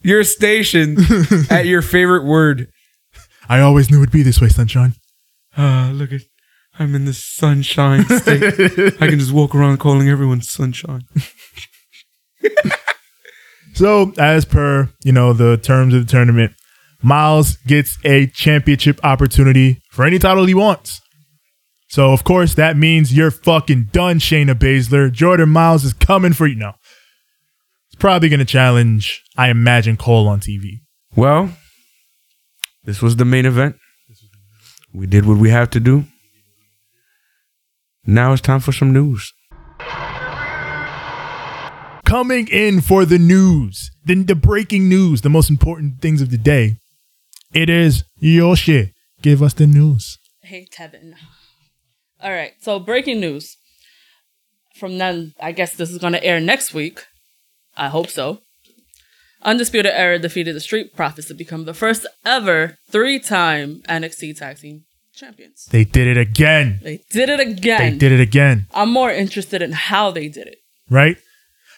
C: You're stationed at your favorite word.
B: I always knew it'd be this way, Sunshine.
C: Ah, look at, I'm in the Sunshine State. I can just walk around calling everyone Sunshine.
B: So, as per you know the terms of the tournament, Miles gets a championship opportunity for any title he wants. So, of course, that means you're fucking done, Shayna Baszler. Jordan Miles is coming for you. No, it's probably gonna challenge. I imagine Cole on TV.
C: Well, this was the main event. We did what we have to do. Now it's time for some news.
B: Coming in for the news, the, the breaking news, the most important things of the day. It is Yoshi. Give us the news.
D: Hey, Tevin. All right. So, breaking news from none. I guess this is going to air next week. I hope so. Undisputed Era defeated the Street Profits to become the first ever three-time NXT Tag Team Champions.
B: They did it again.
D: They did it
B: They
D: again.
B: did it again,
D: I'm more interested in how they did it.
B: right?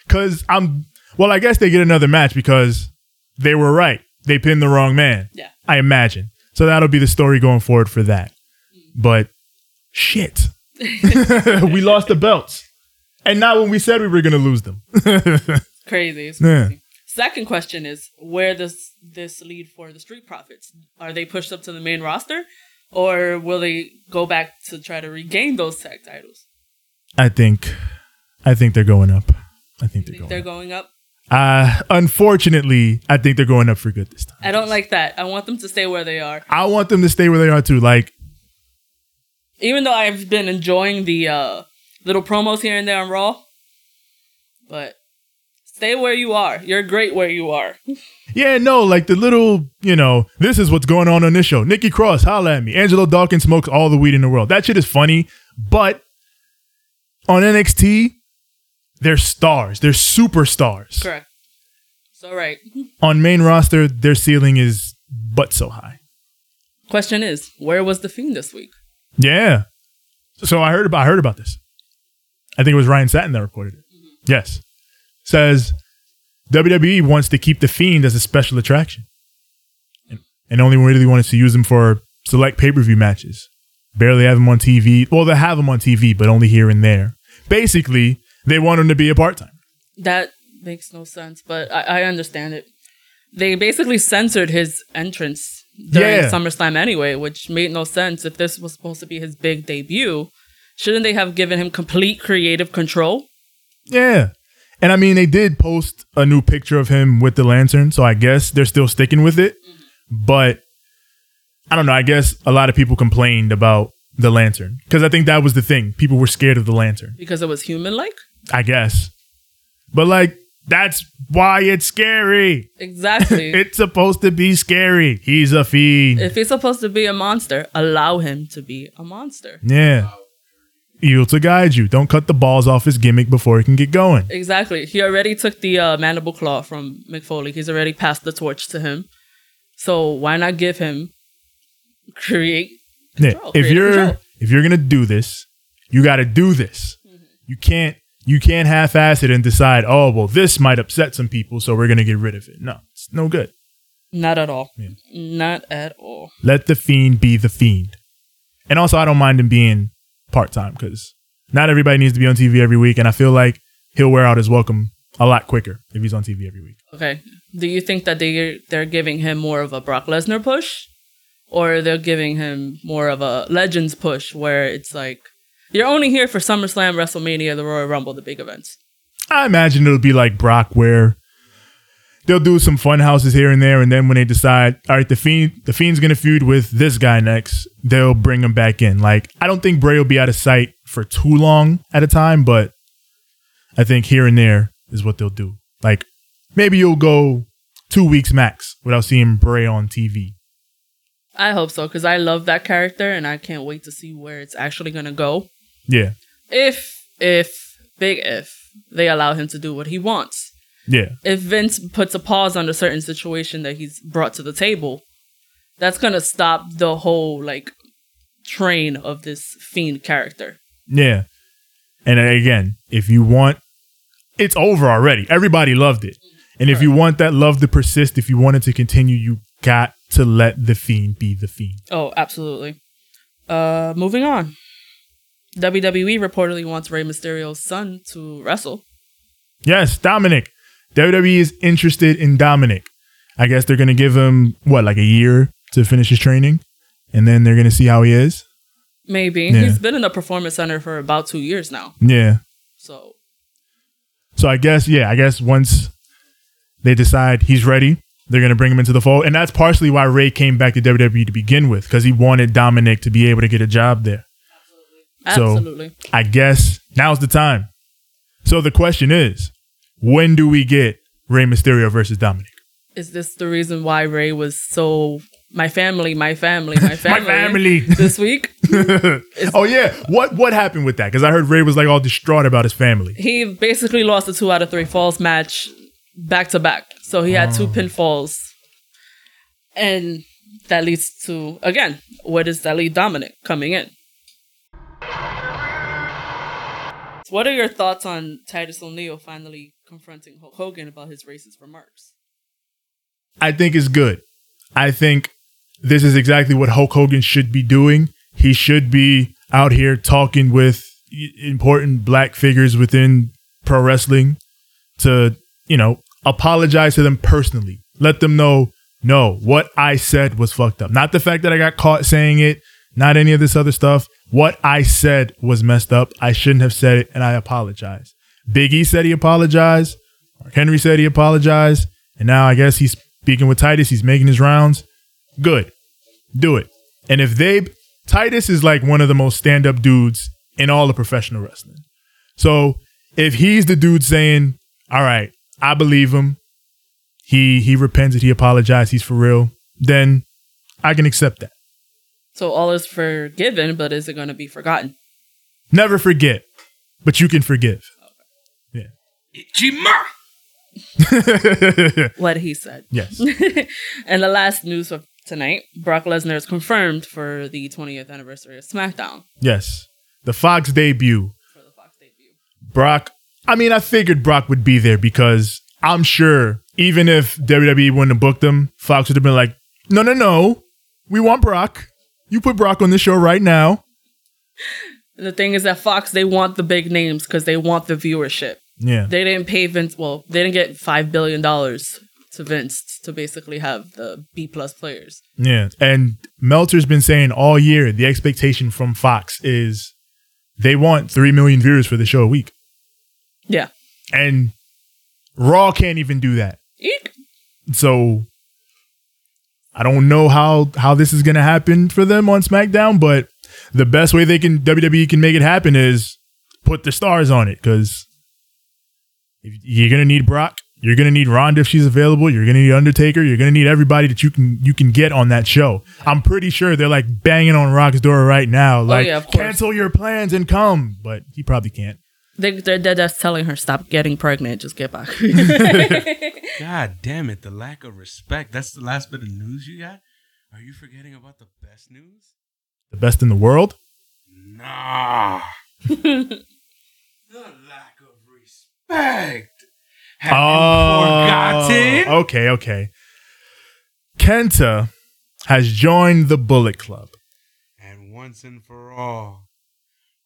B: Because I'm, well, I guess they get another match because they were right. They pinned the wrong man,
D: Yeah.
B: I imagine. So that'll be the story going forward for that. But shit, we lost the belts. And not when we said we were going to lose them.
D: Crazy. It's
B: Yeah.
D: crazy. Second question is where does this lead for the Street Profits? Are they pushed up to the main roster or will they go back to try to regain those tag titles?
B: I think, I think they're going up. I think they're
D: Think
B: going.
D: they're
B: up.
D: going up?
B: Uh, unfortunately, I think they're going up for good this time.
D: I don't like that. I want them to stay where they are.
B: I want them to stay where they are too. Like,
D: Even though I've been enjoying the uh, little promos here and there on Raw, but stay where you are. You're great where you are.
B: yeah, no, like the little, you know, this is what's going on on this show. Nikki Cross, holla at me. Angelo Dawkins smokes all the weed in the world. That shit is funny, but on NXT, they're stars. They're superstars.
D: Correct. So right.
B: On main roster, their ceiling is but so high.
D: Question is, where was the Fiend this week?
B: Yeah. So I heard about I heard about this. I think it was Ryan Satin that reported it. Yes. Says WWE wants to keep the Fiend as a special attraction. And, and only really wants to use him for select pay-per-view matches. Barely have him on TV. Well, they have him on TV, but only here and there. Basically, they want him to be a part-time.
D: That makes no sense, but I, I understand it. They basically censored his entrance during
B: Yeah.
D: SummerSlam anyway, which made no sense. If this was supposed to be his big debut, shouldn't they have given him complete creative control?
B: Yeah. And I mean, they did post a new picture of him with the lantern. So I guess they're still sticking with it. But I don't know. I guess a lot of people complained about the lantern because I think that was the thing. People were scared of the lantern,
D: Because it was human like?
B: I guess. But like, that's why it's scary.
D: Exactly.
B: It's supposed to be scary. He's a fiend.
D: if he's supposed to be a monster, allow him to be a monster.
B: yeah. Eel to guide you. Don't cut the balls off his gimmick before he can get going.
D: Exactly. He already took the uh, mandible claw from McFoley. He's already passed the torch to him. So why not give him create
B: Yeah,
D: control,
B: if
D: creative
B: you're
D: control.
B: if you're gonna do this, you got to do this.
D: Mm-hmm.
B: You can't you can't half-ass it and decide, oh well, this might upset some people, so we're gonna get rid of it. No, it's no good.
D: Not at all.
B: Yeah.
D: Not at all.
B: Let the fiend be the fiend. And also, I don't mind him being part time because not everybody needs to be on TV every week, and I feel like he'll wear out his welcome a lot quicker if he's on TV every week.
D: Okay. Do you think that they they're giving him more of a Brock Lesnar push, or they're giving him more of a Legends push, where it's like you're only here for SummerSlam, WrestleMania, the Royal Rumble, the big events?
B: I imagine it'll be like Brock, where they'll do some fun houses here and there, and then when they decide, all right, the fiend, the fiend's gonna feud with this guy next, they'll bring him back in. Like, I don't think Bray will be out of sight for too long at a time, but I think here and there is what they'll do. Like, maybe you'll go two weeks max without seeing Bray on TV.
D: I hope so because I love that character and I can't wait to see where it's actually gonna go.
B: Yeah,
D: If if big if they allow him to do what he wants.
B: yeah,
D: if Vince puts a pause on a certain situation that he's brought to the table, that's gonna stop the whole like train of this fiend character.
B: yeah. And again, if you want, it's over already. Everybody loved it. And if you want that love to persist, if you want it to continue, you got to let the fiend be the fiend.
D: Oh, absolutely. Uh, moving on. WWE reportedly wants Rey Mysterio's son to wrestle.
B: Yes, Dominic. WWE is interested in Dominic. I guess they're going to give him, what, like a year to finish his training? And then they're going to see how he is?
D: Maybe
B: Yeah.
D: he's been in the performance center for about two years now,
B: Yeah.
D: so
B: So I guess, yeah, I guess once they decide he's ready, they're going to bring him into the fold. And that's partially why Ray came back to WWE to begin with, because he wanted Dominic to be able to get a job there. So-
D: absolutely.
B: I guess now's the time. So the question is, when do we get Rey Mysterio versus Dominic?
D: Is this the reason why Ray was so my family, my family, my family,
B: family.
D: this week?
B: oh yeah, what what happened with that? Because I heard Ray was like all distraught about his family.
D: he basically lost a two out of three falls match back to back. So he had
B: Oh.
D: two pinfalls. And that leads to, again, where does that lead Dominic coming in? What are your thoughts on Titus O'Neil finally confronting Hulk Hogan about his racist remarks?
B: I think it's good. I think this is exactly what Hulk Hogan should be doing. He should be out here talking with i- important black figures within pro wrestling to, you know, apologize to them personally. Let them know, no, what I said was fucked up. Not the fact that I got caught saying it, not any of this other stuff. What I said was messed up. I shouldn't have said it, and I apologize. Big E said he apologized. Mark Henry said he apologized. And now I guess he's speaking with Titus. He's making his rounds. Good. Do it. And if they, Titus is like one of the most stand up dudes in all of professional wrestling. So if he's the dude saying, "All right, I believe him," he he repented, he apologized, he's for real, then I can accept that.
D: So all is forgiven, but is it going to be forgotten?
B: Never forget, but you can forgive.
A: Jima!
D: What he said.
B: yes.
D: and the last news of tonight Brock Lesnar is confirmed for the 20th anniversary of SmackDown
B: Yes. The Fox debut.
D: for the Fox debut.
B: Brock. I mean, I figured Brock would be there because I'm sure even if WWE wouldn't have booked him, Fox would have been like, no, no, no. We want Brock. You put Brock on the show right now.
D: And the thing is that Fox, they want the big names because they want the viewership.
B: Yeah.
D: They didn't pay Vince, well, they didn't get $5 billion to Vince to basically have the B plus players.
B: Yeah. And Meltzer's been saying all year the expectation from Fox is they want 3 million viewers for the show a week.
D: Yeah.
B: And Raw can't even do that.
D: Eek.
B: So I don't know how how this is going to happen for them on SmackDown, but the best way they can WWE can make it happen is put the stars on it because you're going to need Brock, you're going to need Ronda if she's available, you're going to need Undertaker, you're going to need everybody that you can you can get on that show. I'm pretty sure they're like banging on Rock's door right now, like
D: Oh, yeah, of course.
B: cancel your plans and come, but he probably can't.
D: They, they're dead ass telling her, stop getting pregnant, just get back.
C: God damn it, the lack of respect. That's the last bit of news you got? Are you forgetting about the best news?
B: The best in the world.
C: Nah. the lack of respect. Have you forgotten?
B: Oh, Okay, okay. Kenta has joined the Bullet Club.
C: And once and for all,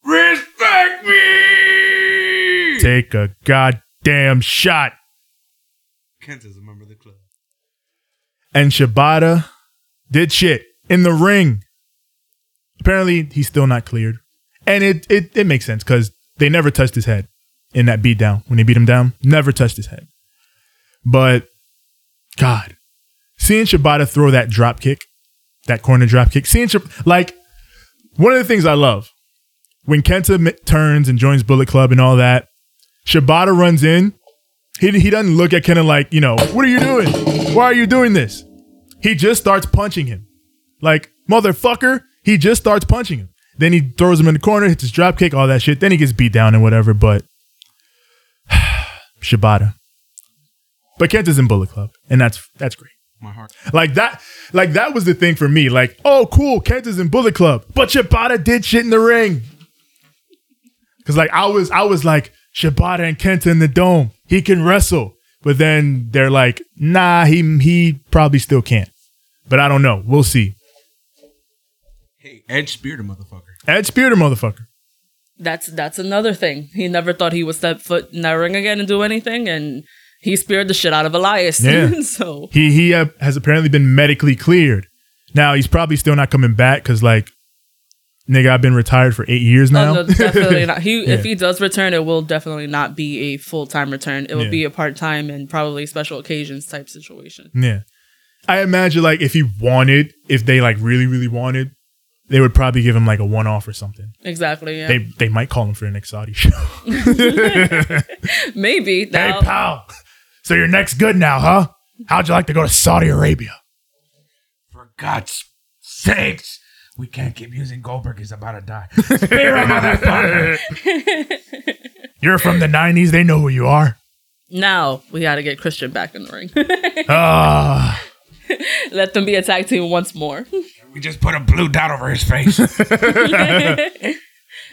C: respect me!
B: Take a goddamn shot.
C: Kenta's a member of the club.
B: And Shibata did shit in the ring. Apparently, he's still not cleared. And it, it, it makes sense because they never touched his head in that beatdown. When they beat him down, never touched his head. But, God, seeing Shibata throw that drop kick, that corner drop kick, seeing Shib- like one of the things I love when Kenta m- turns and joins Bullet Club and all that, Shibata runs in. He, he doesn't look at Kenta like, you know, what are you doing? Why are you doing this? He just starts punching him. Like, motherfucker, he just starts punching him. Then he throws him in the corner, hits his drop kick, all that shit. Then he gets beat down and whatever, but Shibata. But Kenta's in Bullet Club, and that's that's great.
C: My heart.
B: Like that, like that was the thing for me. Like, oh, cool, Kenta's in Bullet Club, but Shibata did shit in the ring. Cause like I was, I was like Shibata and Kenta in the dome. He can wrestle, but then they're like, nah, he he probably still can't. But I don't know. We'll see.
C: Hey, Edge Spear, the motherfucker.
B: Ed Spear, the motherfucker.
D: that's that's another thing. He never thought he would step foot in that ring again and do anything, and he speared the shit out of Elias.
B: Yeah.
D: so
B: He he uh, has apparently been medically cleared. Now he's probably still not coming back because like, nigga, I've been retired for eight years now.
D: Um, no, no, definitely not. He if he does return, it will definitely not be a full time return. It will
B: Yeah.
D: be a part time and probably special occasions type situation.
B: Yeah. I imagine like if he wanted, if they like really, really wanted, they would probably give him like a one off or something.
D: Exactly. Yeah.
B: They they might call him for the next Saudi show.
D: Maybe
B: hey
D: now.
B: pal. So your next good now, huh? How'd you like to go to Saudi Arabia?
C: For God's sakes, we can't keep using Goldberg. He's about to die. Spear, him, motherfucker!
B: You're from the nineties, they know who you are.
D: now we got to get Christian back in the ring.
B: Ah,
D: Let them be a tag team once more.
C: We just put a blue dot over his face.
B: the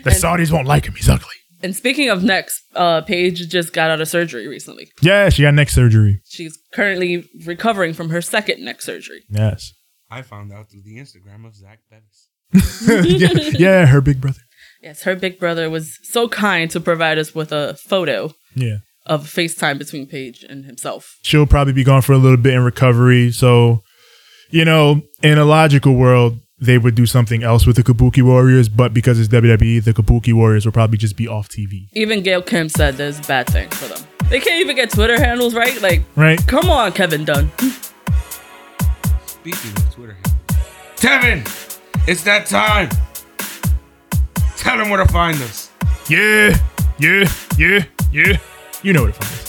B: Saudis won't like him, he's ugly.
D: and speaking of next, uh, Paige just got out of surgery recently.
B: Yeah, she got neck surgery.
D: She's currently recovering from her second neck surgery.
B: Yes.
C: I found out through the Instagram of Zach Bevis.
B: Yeah, her big brother.
D: Yes, her big brother was so kind to provide us with a photo
B: Yeah.
D: of FaceTime between Paige and himself.
B: she'll probably be gone for a little bit in recovery. So, you know, in a logical world, they would do something else with the Kabuki Warriors, but because it's WWE, the Kabuki Warriors will probably just be off TV,
D: Even Gail Kim said there's a bad thing for them. They can't even get Twitter handles right. Like,
B: right?
D: come on, Kevin Dunn.
A: Speaking of Twitter, Tevin, it's that time. Tell him where to find us.
B: Yeah, yeah, yeah, yeah. You know where to find us.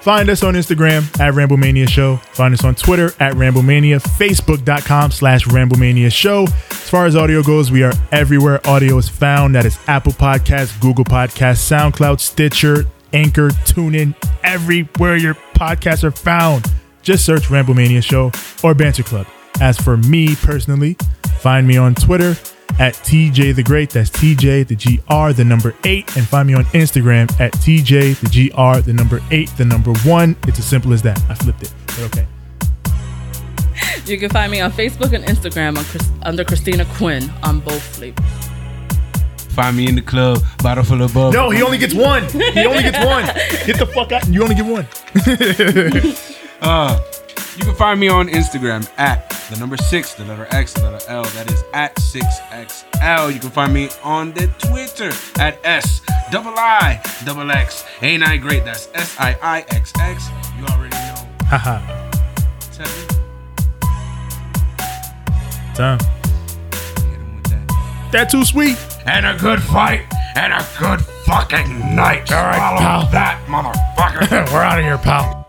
B: Find us on Instagram at Ramblemania Show. Find us on Twitter at Ramblemania, Facebook.com slash Ramblemania Show. As far as audio goes, we are everywhere audio is found. That is Apple Podcasts, Google Podcasts, SoundCloud, Stitcher, Anchor, TuneIn, everywhere your podcasts are found. Just search Ramblemania Show or Banter Club. As for me personally, find me on Twitter at TJ the Great. That's TJ the GR the number eight. And find me on Instagram at TJ the GR the number eight, the number one. It's as simple as that. I flipped it, but okay.
D: You can find me on Facebook and Instagram on Chris- under Christina Quinn on both labels.
A: Find me in the club, bottle full of bub.
B: No, he only gets one. He only gets one. Get the fuck out. You only get one.
A: You can find me on Instagram at the number six, the letter X, the letter L. That is at 6XL. You can find me on the Twitter at S double I double X. Ain't I great? That's S I I X X. You already know.
B: Haha.
A: Tevin,
B: Time.
A: hit him with that.
B: That too sweet.
A: And a good fight and a good fucking night. All right, Follow
B: pal.
A: that motherfucker.
B: We're out of here, pal.